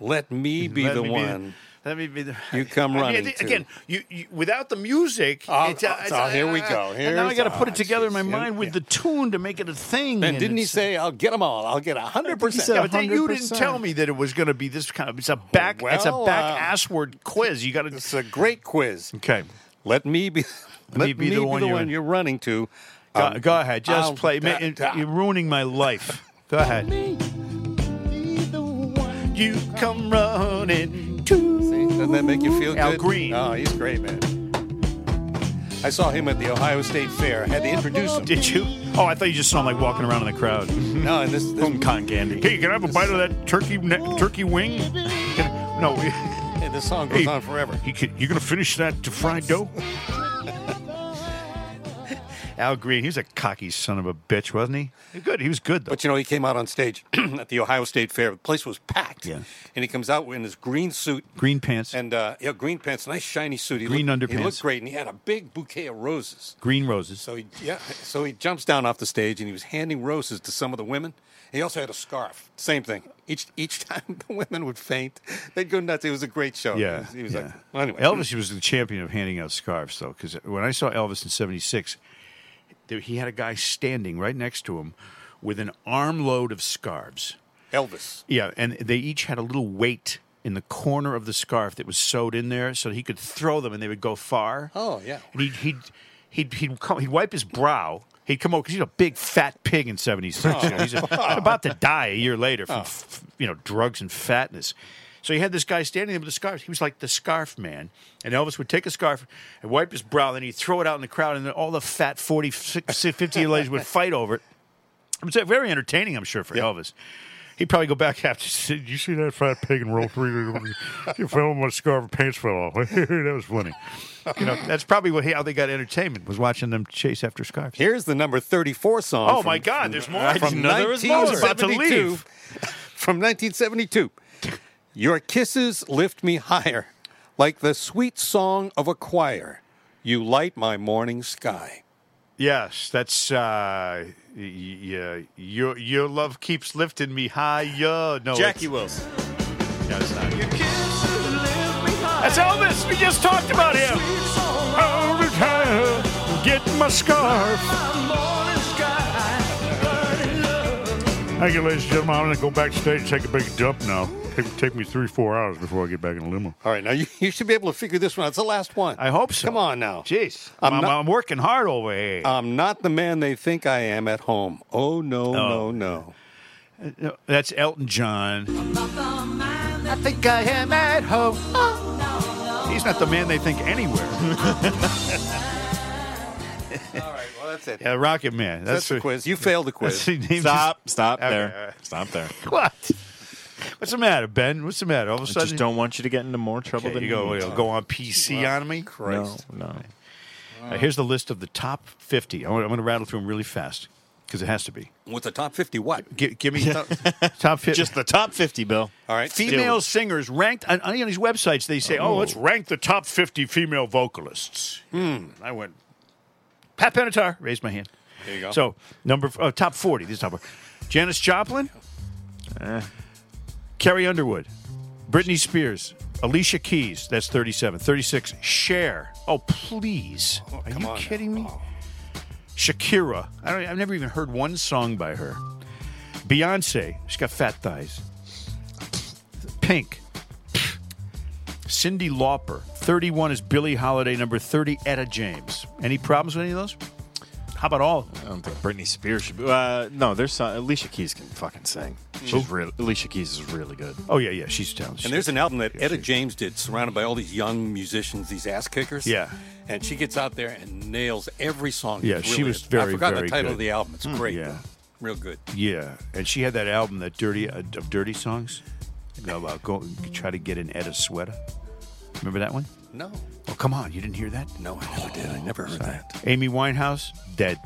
S5: Let me be
S4: Let
S5: the
S4: me
S5: one.
S4: let me be the.
S5: You come
S4: I mean,
S5: running
S4: th-
S5: to.
S4: again. You, you without the music.
S5: Oh,
S4: it's, uh,
S5: oh,
S4: it's,
S5: oh,
S4: uh,
S5: here we go.
S4: and now I
S5: Here's-
S4: got to put
S5: oh,
S4: it together in my
S5: geez.
S4: mind with
S5: Yeah.
S4: the tune to make it a thing.
S5: and didn't he
S4: it's-
S5: say, I'll get them all. I'll get 100%.
S4: Yeah, but then you didn't tell me that it was going to be this kind of. It's a back. it's a
S5: Well,
S4: back
S5: uh,
S4: assword quiz. You got
S5: It's
S4: to.
S5: a great quiz.
S4: Okay.
S5: Let me be, let me be the, one,
S4: you're-
S5: you're running to.
S4: Go,
S5: Um,
S4: go ahead. Just
S5: I'll-
S4: play. Ma-
S5: uh,
S4: it-
S5: uh,
S4: you're ruining my life. Go ahead. You come running to.
S5: Doesn't that make you feel
S4: Al
S5: good?
S4: Green.
S5: Oh, he's great, man. I saw him at the Ohio State Fair. I had to introduce him.
S4: Did you? Oh, I thought you just saw him like walking around in the crowd.
S5: No, and this, this,
S6: Con candy.
S4: Hey, can I have a bite of that turkey ne- turkey wing? Can- no. we-
S5: and this song goes
S4: Hey.
S5: on forever.
S4: You can, you're gonna finish that to fried dough. Al Green, he was a cocky son of a bitch, wasn't he? He Good. He was good though.
S5: But you know, he came out on stage at the Ohio State Fair. The place was packed.
S4: Yeah.
S5: And he comes out in his green suit
S4: Green pants.
S5: and uh, yeah, green pants, nice shiny suit. He
S4: Green
S5: looked,
S4: underpants.
S5: He looked great, and he had a big bouquet of roses.
S4: green roses.
S5: So he yeah, so he jumps down off the stage and he was handing roses to some of the women. He also had a scarf. Same thing. Each each time the women would faint, they'd go nuts. It was a great show. He
S4: Yeah.
S5: was, he was
S4: yeah.
S5: like well, anyway.
S4: Elvis was the champion of handing out scarves, though, because when I saw Elvis in '76, there- he had a guy standing right next to him with an armload of scarves.
S5: Elvis.
S4: Yeah, and they each had a little weight in the corner of the scarf that was sewed in there, so he could throw them and they would go far.
S5: Oh, yeah.
S4: And he'd he'd he'd he'd, come, he'd wipe his brow. He'd come over because he's a big fat pig in
S5: Oh.
S4: '76. You know, he's a- about to die a year later from f- you know drugs and fatness. So he had this guy standing there with a scarf. He was like the scarf man. And Elvis would take a scarf and wipe his brow, and he'd throw it out in the crowd, and then all the fat 40, 50 year ladies would fight over it. It was very entertaining, I'm sure, for Elvis. He'd probably go back after. Did you see that fat pig and roll three? You fell on my scarf and pants fell off. that was funny. You know, that's probably what, how they got entertainment was watching them chase after scarves.
S5: Here's the number 34 song.
S4: Oh
S5: from-
S4: my God, there's more. I didn't
S5: From
S4: know there was more. I was about to
S5: 1972.
S4: leave.
S5: From 1972. Your kisses lift me higher, like the sweet song of a choir. You light my morning sky.
S4: Yes, that's uh, y- yeah. Your your love keeps lifting me higher. No, it's-
S6: Jackie Wilson.
S4: no, it's not. That's Elvis. We just talked about him. I'll retire, Get my scarf. Thank you, ladies and gentlemen. I'm going to go backstage and take a big dump now. Take, take me three, four hours before I get back in the limo.
S5: All right, now you, you should be able to figure this one out. It's the last one.
S4: I hope so.
S5: Come on now.
S4: Jeez.
S5: I'm
S4: I'm, I'm,
S5: not-
S4: working hard over here.
S5: I'm not the man they think I am at home. Oh, no, no, no.
S4: No, that's Elton John.
S8: Bye.
S4: I think I am at home. He's not the man they think anywhere.
S5: All right, well, that's it.
S4: yeah, Rocket Man.
S5: that's
S4: That's,
S5: the quiz. You failed the
S4: that's
S5: quiz.
S4: the name.
S6: Stop, stop
S4: Okay, all
S6: there.
S4: right.
S6: Stop there.
S4: What? What's the matter, Ben? What's the matter? All of a
S6: I
S4: sudden,
S6: just don't want you to get into more trouble
S4: Okay,
S6: than
S4: you go, you go on PC on me.
S6: No, no.
S4: Uh, here's the list of the top 50. I'm going to rattle through them really fast because it has to be.
S5: What's the top 50 what?
S4: Gi- give me top, top 50.
S6: Just the top 50, Bill.
S5: All right.
S4: female singers ranked on, on these websites. They say, "Oh, let's rank the top 50 female vocalists." Hmm. I went. Pat Benatar raised my hand.
S5: There you go.
S4: So number uh, top 40. This is top. 40. Janis Joplin, uh, Carrie Underwood, Britney Spears, Alicia Keys. That's 37. 36. Cher. Oh please, are
S5: Oh, come
S4: you
S5: on now.
S4: kidding me? Shakira. I don't, I've never even heard one song by her. Beyonce. She's got fat thighs. Pink. Cindy Lauper. 31 is Billie Holiday. Number 30, Etta James. Any problems with any of those? How about all of them?
S6: I don't think Britney Spears should be. Uh, no, there's some, Alicia Keys can fucking sing. She's really, Alicia Keys is really good.
S4: Oh, yeah, yeah. She's talented.
S5: And there's an album that Etta James did, surrounded by all these young musicians, these ass kickers.
S4: Yeah.
S5: And she gets out there and nails every song.
S4: Yeah,
S5: It's
S4: she
S5: really-
S4: was very,
S5: I forgot
S4: very
S5: the title of
S4: good. Hmm,
S5: the album. It's great.
S4: yeah.
S5: though. Real good.
S4: Yeah. And she had that album, that dirty uh, of dirty songs. Go, uh, go try to get an Etta sweater. Remember that one?
S5: No,
S4: Oh, come on. You didn't hear that?
S5: no, I never did. I never heard that.
S4: Amy Winehouse, dead.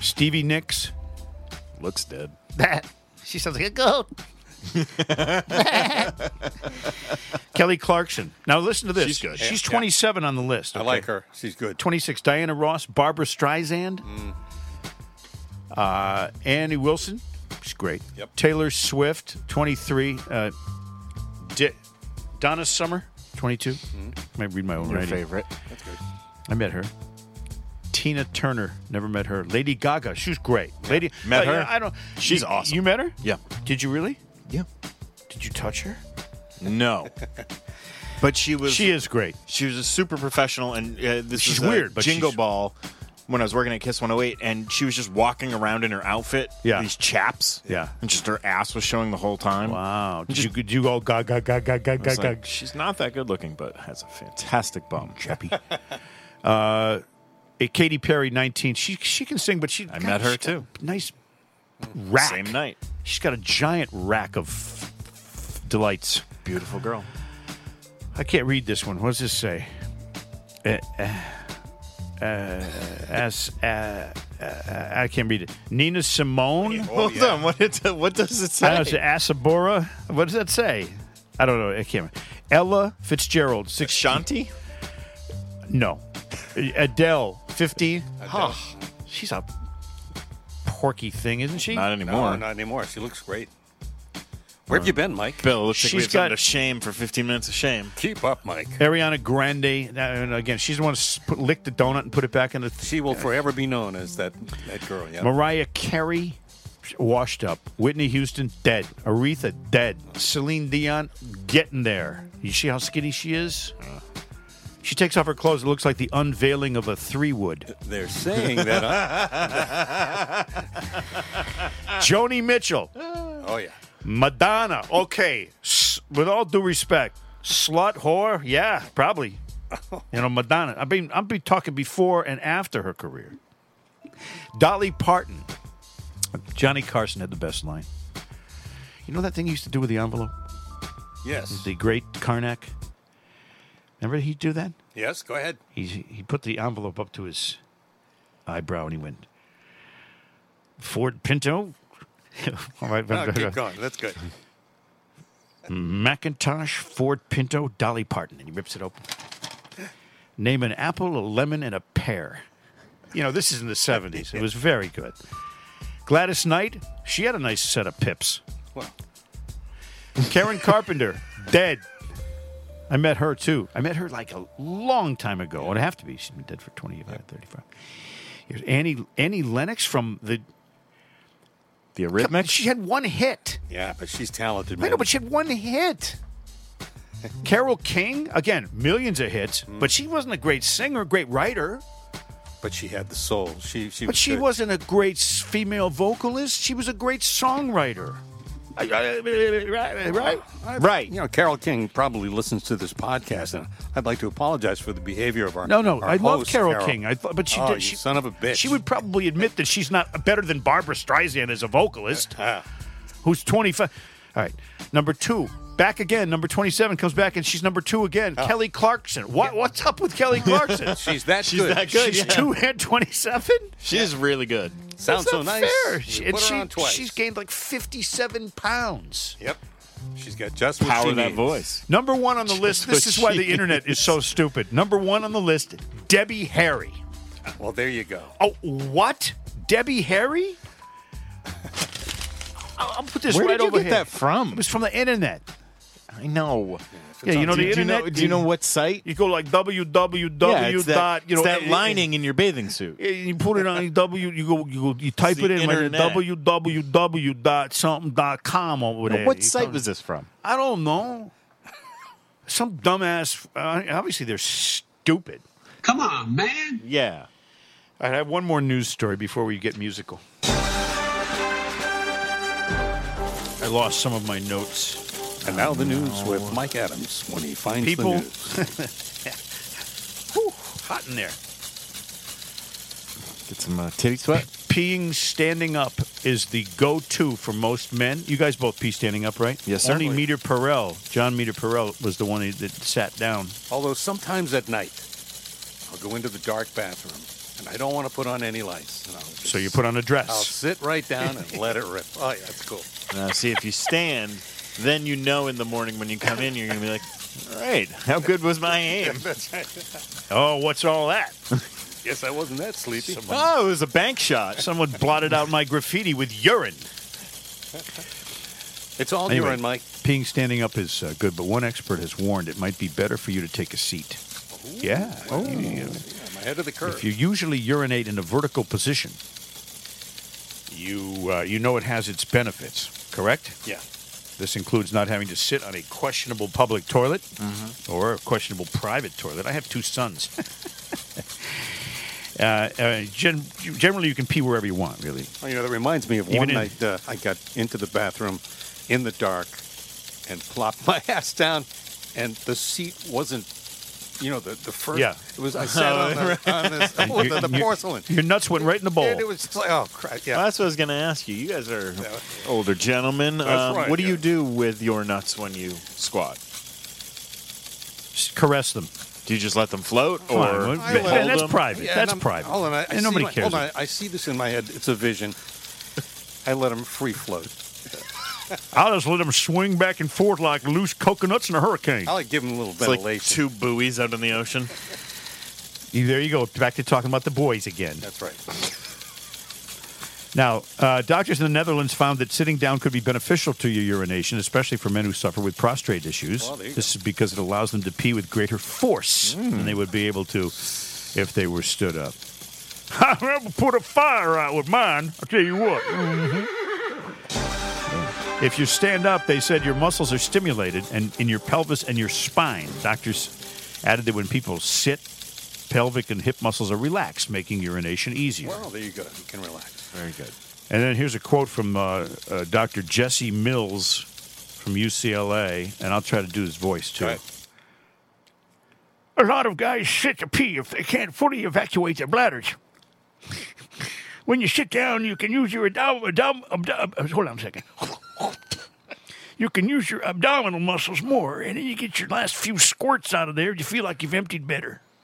S4: Stevie Nicks,
S6: Looks dead.
S4: She sounds like a goat. Kelly Clarkson. Now listen to this.
S6: She's good.
S4: She's
S5: Yeah, yeah.
S4: 27 on the list.
S5: I
S4: okay?
S5: like her. She's good.
S4: 26. Diana Ross, Barbara Streisand, uh, Annie Wilson. She's great.
S5: Yep.
S4: Taylor Swift, 23. Uh, Di- Donna Summer, 22. Might read my own
S6: Your
S4: writing.
S6: favorite.
S4: I met her. Tina Turner, never met her. Lady Gaga, she was great. Lady
S6: Met
S4: Uh,
S6: her.
S4: yeah, I don't.
S6: She's
S4: you-
S6: awesome.
S4: You met her?
S6: Yeah.
S4: Did you really?
S6: Yeah.
S4: Did you touch her?
S6: No. but she was.
S4: She is great.
S6: She was a super professional, and uh, this
S4: She's
S6: is
S4: weird, but
S6: Jingle
S4: she's-
S6: Ball. When I was working at Kiss 108, and she was just walking around in her outfit,
S4: Yeah.
S6: these chaps,
S4: Yeah.
S6: and just her ass was showing the whole time.
S4: Wow. Oh, Did you did you go ga ga ga ga ga
S6: I was
S4: ga
S6: like, she's not that good looking, but has a fantastic bum.
S4: Chappy. uh, eh, Katy Perry, nineteen. She she can sing, but she
S6: I met her,
S4: she's got
S6: too.
S4: a Nice rack.
S6: Same night,
S4: She's got a giant rack of delights.
S6: beautiful girl.
S4: I can't read this one. What does this say? Uh, uh, uh, as, uh, uh, I can't read it. Nina Simone.
S6: Hold on, what, it, what does
S4: Oh,
S6: it
S4: I
S6: say?
S4: don't know, it's Asabora. What does that say? I don't know. I can't. remember. Ella Fitzgerald, six.
S6: Shanti?
S4: No, Adele, fifty. Huh. She's a porky thing, isn't she?
S6: Not
S5: No,
S6: anymore.
S5: not anymore. She looks great. Where have you been, Mike?
S6: Bill, looks like
S4: She's
S6: we have something
S4: got-
S6: to shame for 15 minutes of shame.
S5: Keep up, Mike.
S4: Ariana Grande. And again, she's the one who put, licked the donut and put it back in the.
S5: She will forever be known as that that girl. Yeah.
S4: Mariah Carey, washed up. Whitney Houston, dead. Aretha, dead. Celine Dion, getting there. You see how skinny she is? She takes off her clothes. It looks like the unveiling of a three wood.
S5: They're saying that. uh,
S4: Joni Mitchell,
S5: oh yeah.
S4: Madonna. Okay, S- with all due respect, slut, whore, yeah, probably. You know, Madonna. I've been I've been talking before and after her career. Dolly Parton. Johnny Carson had the best line. You know that thing he used to do with the envelope?
S5: Yes.
S4: The great Karnak? Remember he'd do that?
S5: Yes, go ahead.
S4: He he put the envelope up to his eyebrow and he went Ford Pinto? All right,
S5: No, Oh, keep going. That's good.
S4: Macintosh, Ford Pinto, Dolly Parton, and he rips it open. Name an apple, a lemon, and a pear. You know, this is in the 70s. It was very good. Gladys Knight, she had a nice set of pips.
S5: Well,
S4: Karen Carpenter, dead. I met her too. I met her like a long time ago. It'd have to be. She's been dead for 25, 35 years. Annie, Annie Lennox from the.
S6: The Arithmetic.
S4: She had one hit.
S5: yeah, but she's talented. Man.
S4: I know, but she had one hit. Carol King, again, millions of hits,
S5: Mm-hmm.
S4: but she wasn't a great singer, great writer,
S5: But she had the soul. She she.
S4: but
S5: was
S4: she
S5: good.
S4: wasn't a great s- female vocalist. She was a great songwriter. I- I- Right? Right? Right.
S5: You know, Carol King probably listens to this podcast, and I'd like to apologize for the behavior of our.
S4: No, no,
S5: our
S4: I love
S5: host,
S4: Carol, King. I thought, but she
S5: Oh,
S4: did.
S5: you
S4: She,
S5: son of a bitch.
S4: She would probably admit that she's not better than Barbara Streisand as a vocalist, who's twenty five. All right, number two, back again. Number twenty seven comes back, and she's number two again.
S5: Oh.
S4: Kelly Clarkson. What what's up with Kelly Clarkson?
S5: She's that
S6: She's
S5: good.
S6: that good.
S4: she's
S6: yeah.
S4: two and twenty seven.
S6: She is really good.
S5: Sounds so nice.
S4: Fair. She, and
S5: Put her
S4: she,
S5: on twice.
S4: she's gained like fifty seven pounds.
S5: Yep. She's got just what
S6: Power
S5: she
S6: that
S5: needs.
S6: voice.
S4: Number one on the list.
S6: That's
S4: This is
S6: what
S4: why the
S6: she
S4: internet is so stupid. Number one on the list, Debbie Harry.
S5: Well, there you go.
S4: Oh, what? Debbie Harry? I'll, I'll put this
S6: Where
S4: right
S6: did you
S4: over
S6: get
S4: here.
S6: that from?
S4: It was from the internet.
S6: I know.
S4: yeah, you know the
S6: do, do you
S4: internet.
S6: know, do you know what site?
S4: You go like www.
S6: yeah, it's that,
S4: dot, you know
S6: it's that
S4: eh, eh,
S6: lining in your bathing suit.
S4: eh, You put it on W. You go. You go. You type
S6: the
S4: it in. Right,
S6: internet.
S4: www. dot something. dot com over there.
S6: what
S4: You
S6: site
S4: come-
S6: was this from?
S4: I don't know. Some dumbass. Uh, obviously, they're stupid. All right,
S6: Yeah.
S4: I have one more news story before we get musical. I lost some of my notes.
S5: And now the news with Mike Adams when he finds
S4: People-
S5: the news.
S4: Whew, hot in there.
S6: Get some uh, titty sweat.
S4: Peeing standing up is the go-to for most men. You guys both pee standing up, right?
S6: Yes, sir.
S4: Only Meter Perel, John Meter Perel, was the one that sat down.
S5: Although sometimes at night, I'll go into the dark bathroom, and I don't want to put on any lights. And I'll just-
S4: So you put on a dress.
S5: I'll sit right down and let it rip. Oh, yeah, that's cool.
S6: Now, see, if you stand, then you know in the morning when you come in, you're going to be like, all right, how good was my aim?
S4: Oh, what's all that?
S5: Yes, I wasn't that sleepy. Ah,
S6: Oh, it was a bank shot.
S4: Uh, Someone blotted out my graffiti with urine.
S5: It's all
S4: Anyway.
S5: urine, Mike.
S4: Peeing standing up is uh, good, but one expert has warned it might be better for you to take a seat. Yeah. Oh.
S5: I'm ahead of the curve.
S4: If you usually urinate in a vertical position, you uh, you know it has its benefits, correct?
S5: yeah.
S4: This includes not having to sit on a questionable public toilet
S5: Mm-hmm.
S4: or a questionable private toilet. I have two sons. uh, uh, gen- generally, you can pee wherever you want, really.
S5: Oh, you know, that reminds me of
S4: Even
S5: one
S4: in-
S5: night uh, I got into the bathroom in the dark and plopped my ass down, and the seat wasn't, you know, the, the first.
S4: Yeah.
S5: It was, I sat on, the, on this, oh,
S4: You-
S5: the, the
S4: you-
S5: porcelain.
S4: Your nuts went right in the bowl.
S5: And it was just like, oh, crap. Yeah.
S6: Well, that's what I was going to ask you. You guys are older gentlemen. Um,
S5: right,
S6: what do
S5: yeah.
S6: you do with your nuts when you squat?
S4: Just caress them.
S6: Do you just let them float,
S4: Come on,
S6: or
S4: what-
S6: hold
S4: and that's
S6: them?
S4: private.
S5: Yeah, and
S4: that's
S5: I'm-
S4: private.
S5: Hold on. I, I
S4: and
S5: see
S4: nobody
S5: my-
S4: cares.
S5: Hold on. I see this in my head. It's a vision. I let them free float.
S4: I'll just let them swing back and forth like loose coconuts in a hurricane.
S5: I like give them a little
S6: It's like
S5: ventilation.
S6: two buoys out in the ocean.
S4: there you go. Back to talking about the boys again.
S5: That's right.
S4: Now, uh, doctors in the Netherlands found that sitting down could be beneficial to your urination, especially for men who suffer with prostate issues.
S5: Well, there you Mm.
S4: this is because it allows them to pee with greater force than they would be able to if they were stood up. I never put a fire out with mine. I tell you what. Mm-hmm. If you stand up, they said your muscles are stimulated and in your pelvis and your spine. Doctors added that when people sit, pelvic and hip muscles are relaxed, making urination easier.
S5: Well, there you go. You can relax.
S6: Very good.
S4: And then here's a quote from uh, uh, Dr. Jesse Mills from UCLA, and I'll try to do his voice too.
S5: Right.
S4: A lot of guys shit to pee if they can't fully evacuate their bladders. When you sit down, you can use your abdominal. Abdom- abdom- uh, hold on a second. You can use your abdominal muscles more, and then you get your last few squirts out of there. You feel like you've emptied better.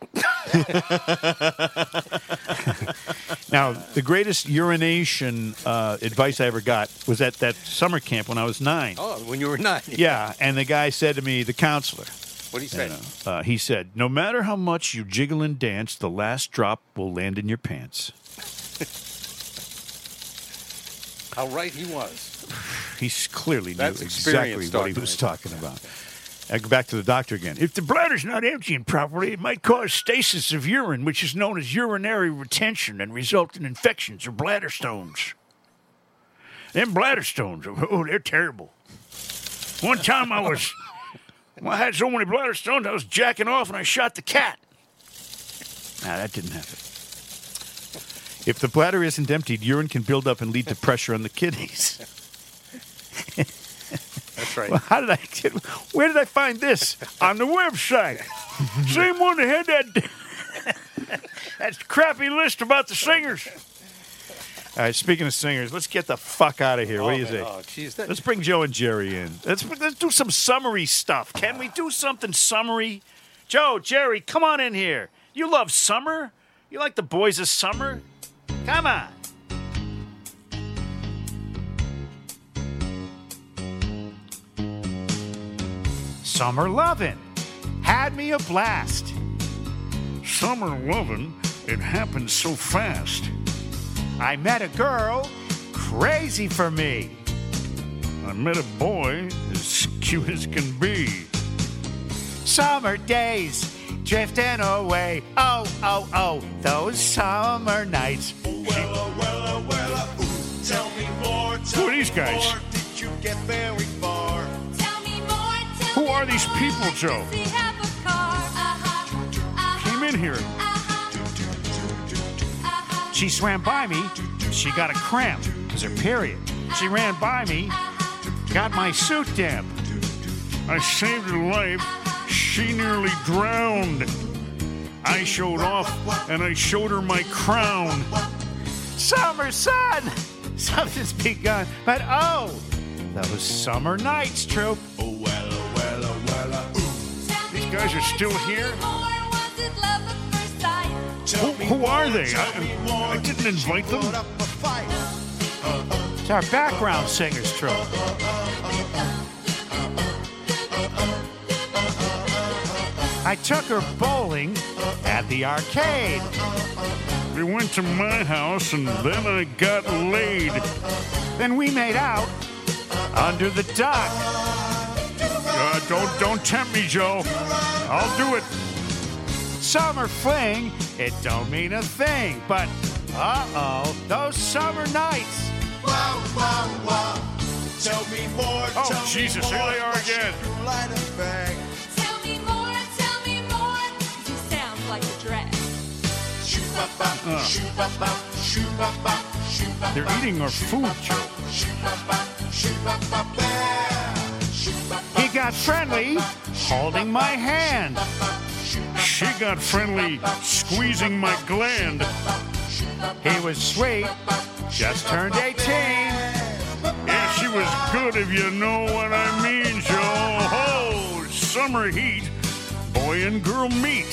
S4: Now, the greatest urination uh, advice I ever got was at that summer camp when I was nine.
S5: Oh, when you were nine.
S4: Yeah, and the guy said to me, the counselor,
S5: What do you say?
S4: uh, he said, No matter how much you jiggle and dance, the last drop will land in your pants.
S5: How right he was.
S4: He's clearly knew
S5: That's
S4: exactly
S5: experience
S4: what he
S5: talking
S4: was
S5: right
S4: talking about. I go back to the doctor again. If the bladder's not emptying properly, it might cause stasis of urine, which is known as urinary retention and result in infections or bladder stones. Them bladder stones, oh, they're terrible. One time I was, I had so many bladder stones, I was jacking off and I shot the cat. Nah, that didn't happen. If the bladder isn't emptied, urine can build up and lead to pressure on the kidneys.
S5: That's right.
S4: Well, how did I get? Where did I find this on the website? Same one that had that that crappy list about the singers. All right, speaking of singers, let's get the fuck out of here. what do you
S5: Oh,
S4: say?
S5: Oh, jeez. That,
S4: Let's bring Joe and Jerry in. Let's let's do some summary stuff. Can we do something summary? Joe, Jerry, come on in here. You love summer. You like the boys of summer. Come on. Summer lovin' had me a blast. Summer lovin', it happened so fast. I met a girl crazy for me. I met a boy as cute as can be. Summer days drifting away. Oh, oh, oh, those summer nights.
S8: Wella, wella, wella, ooh, tell me more. Tell
S4: Who are these
S8: me
S4: guys?
S8: More. Did you get very far?
S9: Tell me more, tell
S4: Who
S9: me
S4: are these
S9: more.
S4: people,
S9: I can
S4: Joe?
S9: see half a car. Uh-huh, uh-huh,
S4: Came in here.
S9: uh-huh, uh-huh,
S4: She swam by me. She got a cramp. It was her period. She ran by me. Got my suit damp. I saved her life. She nearly drowned. I showed off and I showed her my crown. Summer sun! Something's begun. But oh, those summer nights, troop.
S8: Oh, wella, wella, wella, ooh,
S9: Tell me
S4: These guys are
S9: more,
S4: still
S9: tell me
S4: here?
S9: more. Was it love at first sight?
S8: tell me
S4: who
S8: more,
S4: are they?
S8: Tell
S4: I-
S8: me more.
S4: I didn't
S8: She
S4: invite them.
S8: put up a fight.
S4: It's our background singers, troop. I took her bowling at the arcade. We went to my house and then I got laid. Then we made out under the dock. Uh, don't don't tempt me, Joe. I'll do it. Summer fling, it don't mean a thing, but uh-oh, those summer nights.
S8: Wow, wow, wow. Tell me more.
S4: Oh,
S8: tell
S4: Jesus,
S8: me
S4: here
S8: more.
S4: they are
S8: Why should
S4: again.
S8: You light a bag.
S9: Tell me more, tell me more. You sound like a dress.
S8: Shoo ba ba, shoo ba ba, shoo ba ba, shoo ba
S4: They're
S8: ba,
S4: eating our
S8: shoo
S4: food,
S8: ba ba, Shoo ba ba, shoo ba ba, ba. Shoo ba ba,
S4: He got friendly, holding my hand. She got friendly, squeezing my gland. He was sweet, just turned 18. Yeah, she was good if you know what I mean, Joe. Oh, summer heat, boy and girl meet,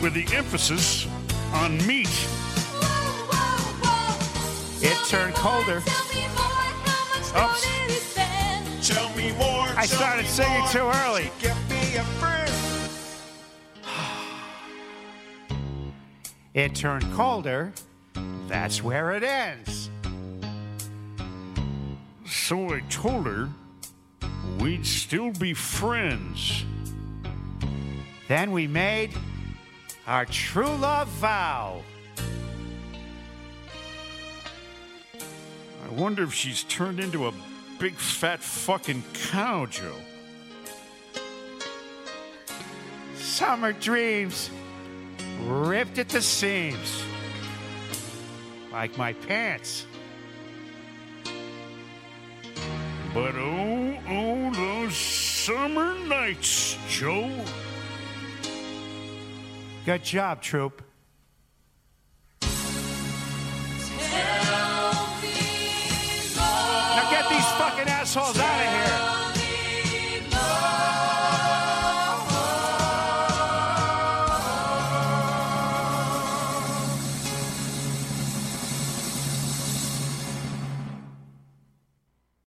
S4: with the emphasis on meet.
S9: Whoa, whoa, whoa.
S4: It
S9: Tell me
S4: turned
S9: more,
S4: colder.
S9: Tell me more. How much more
S4: Oops.
S9: did it spend?
S8: Tell me more.
S4: I
S8: tell
S4: started
S8: me
S4: singing
S8: more.
S4: too early.
S8: Give me a friend.
S4: It turned colder. That's where it ends. So I told her we'd still be friends. Then we made our true love vow. I wonder if she's turned into a big fat fucking cow, Joe. Summer dreams ripped at the seams, like my pants. But oh, oh, those summer nights, Joe.
S10: Good job, troop.
S9: Tell me more.
S4: Now get these fucking assholes out of here.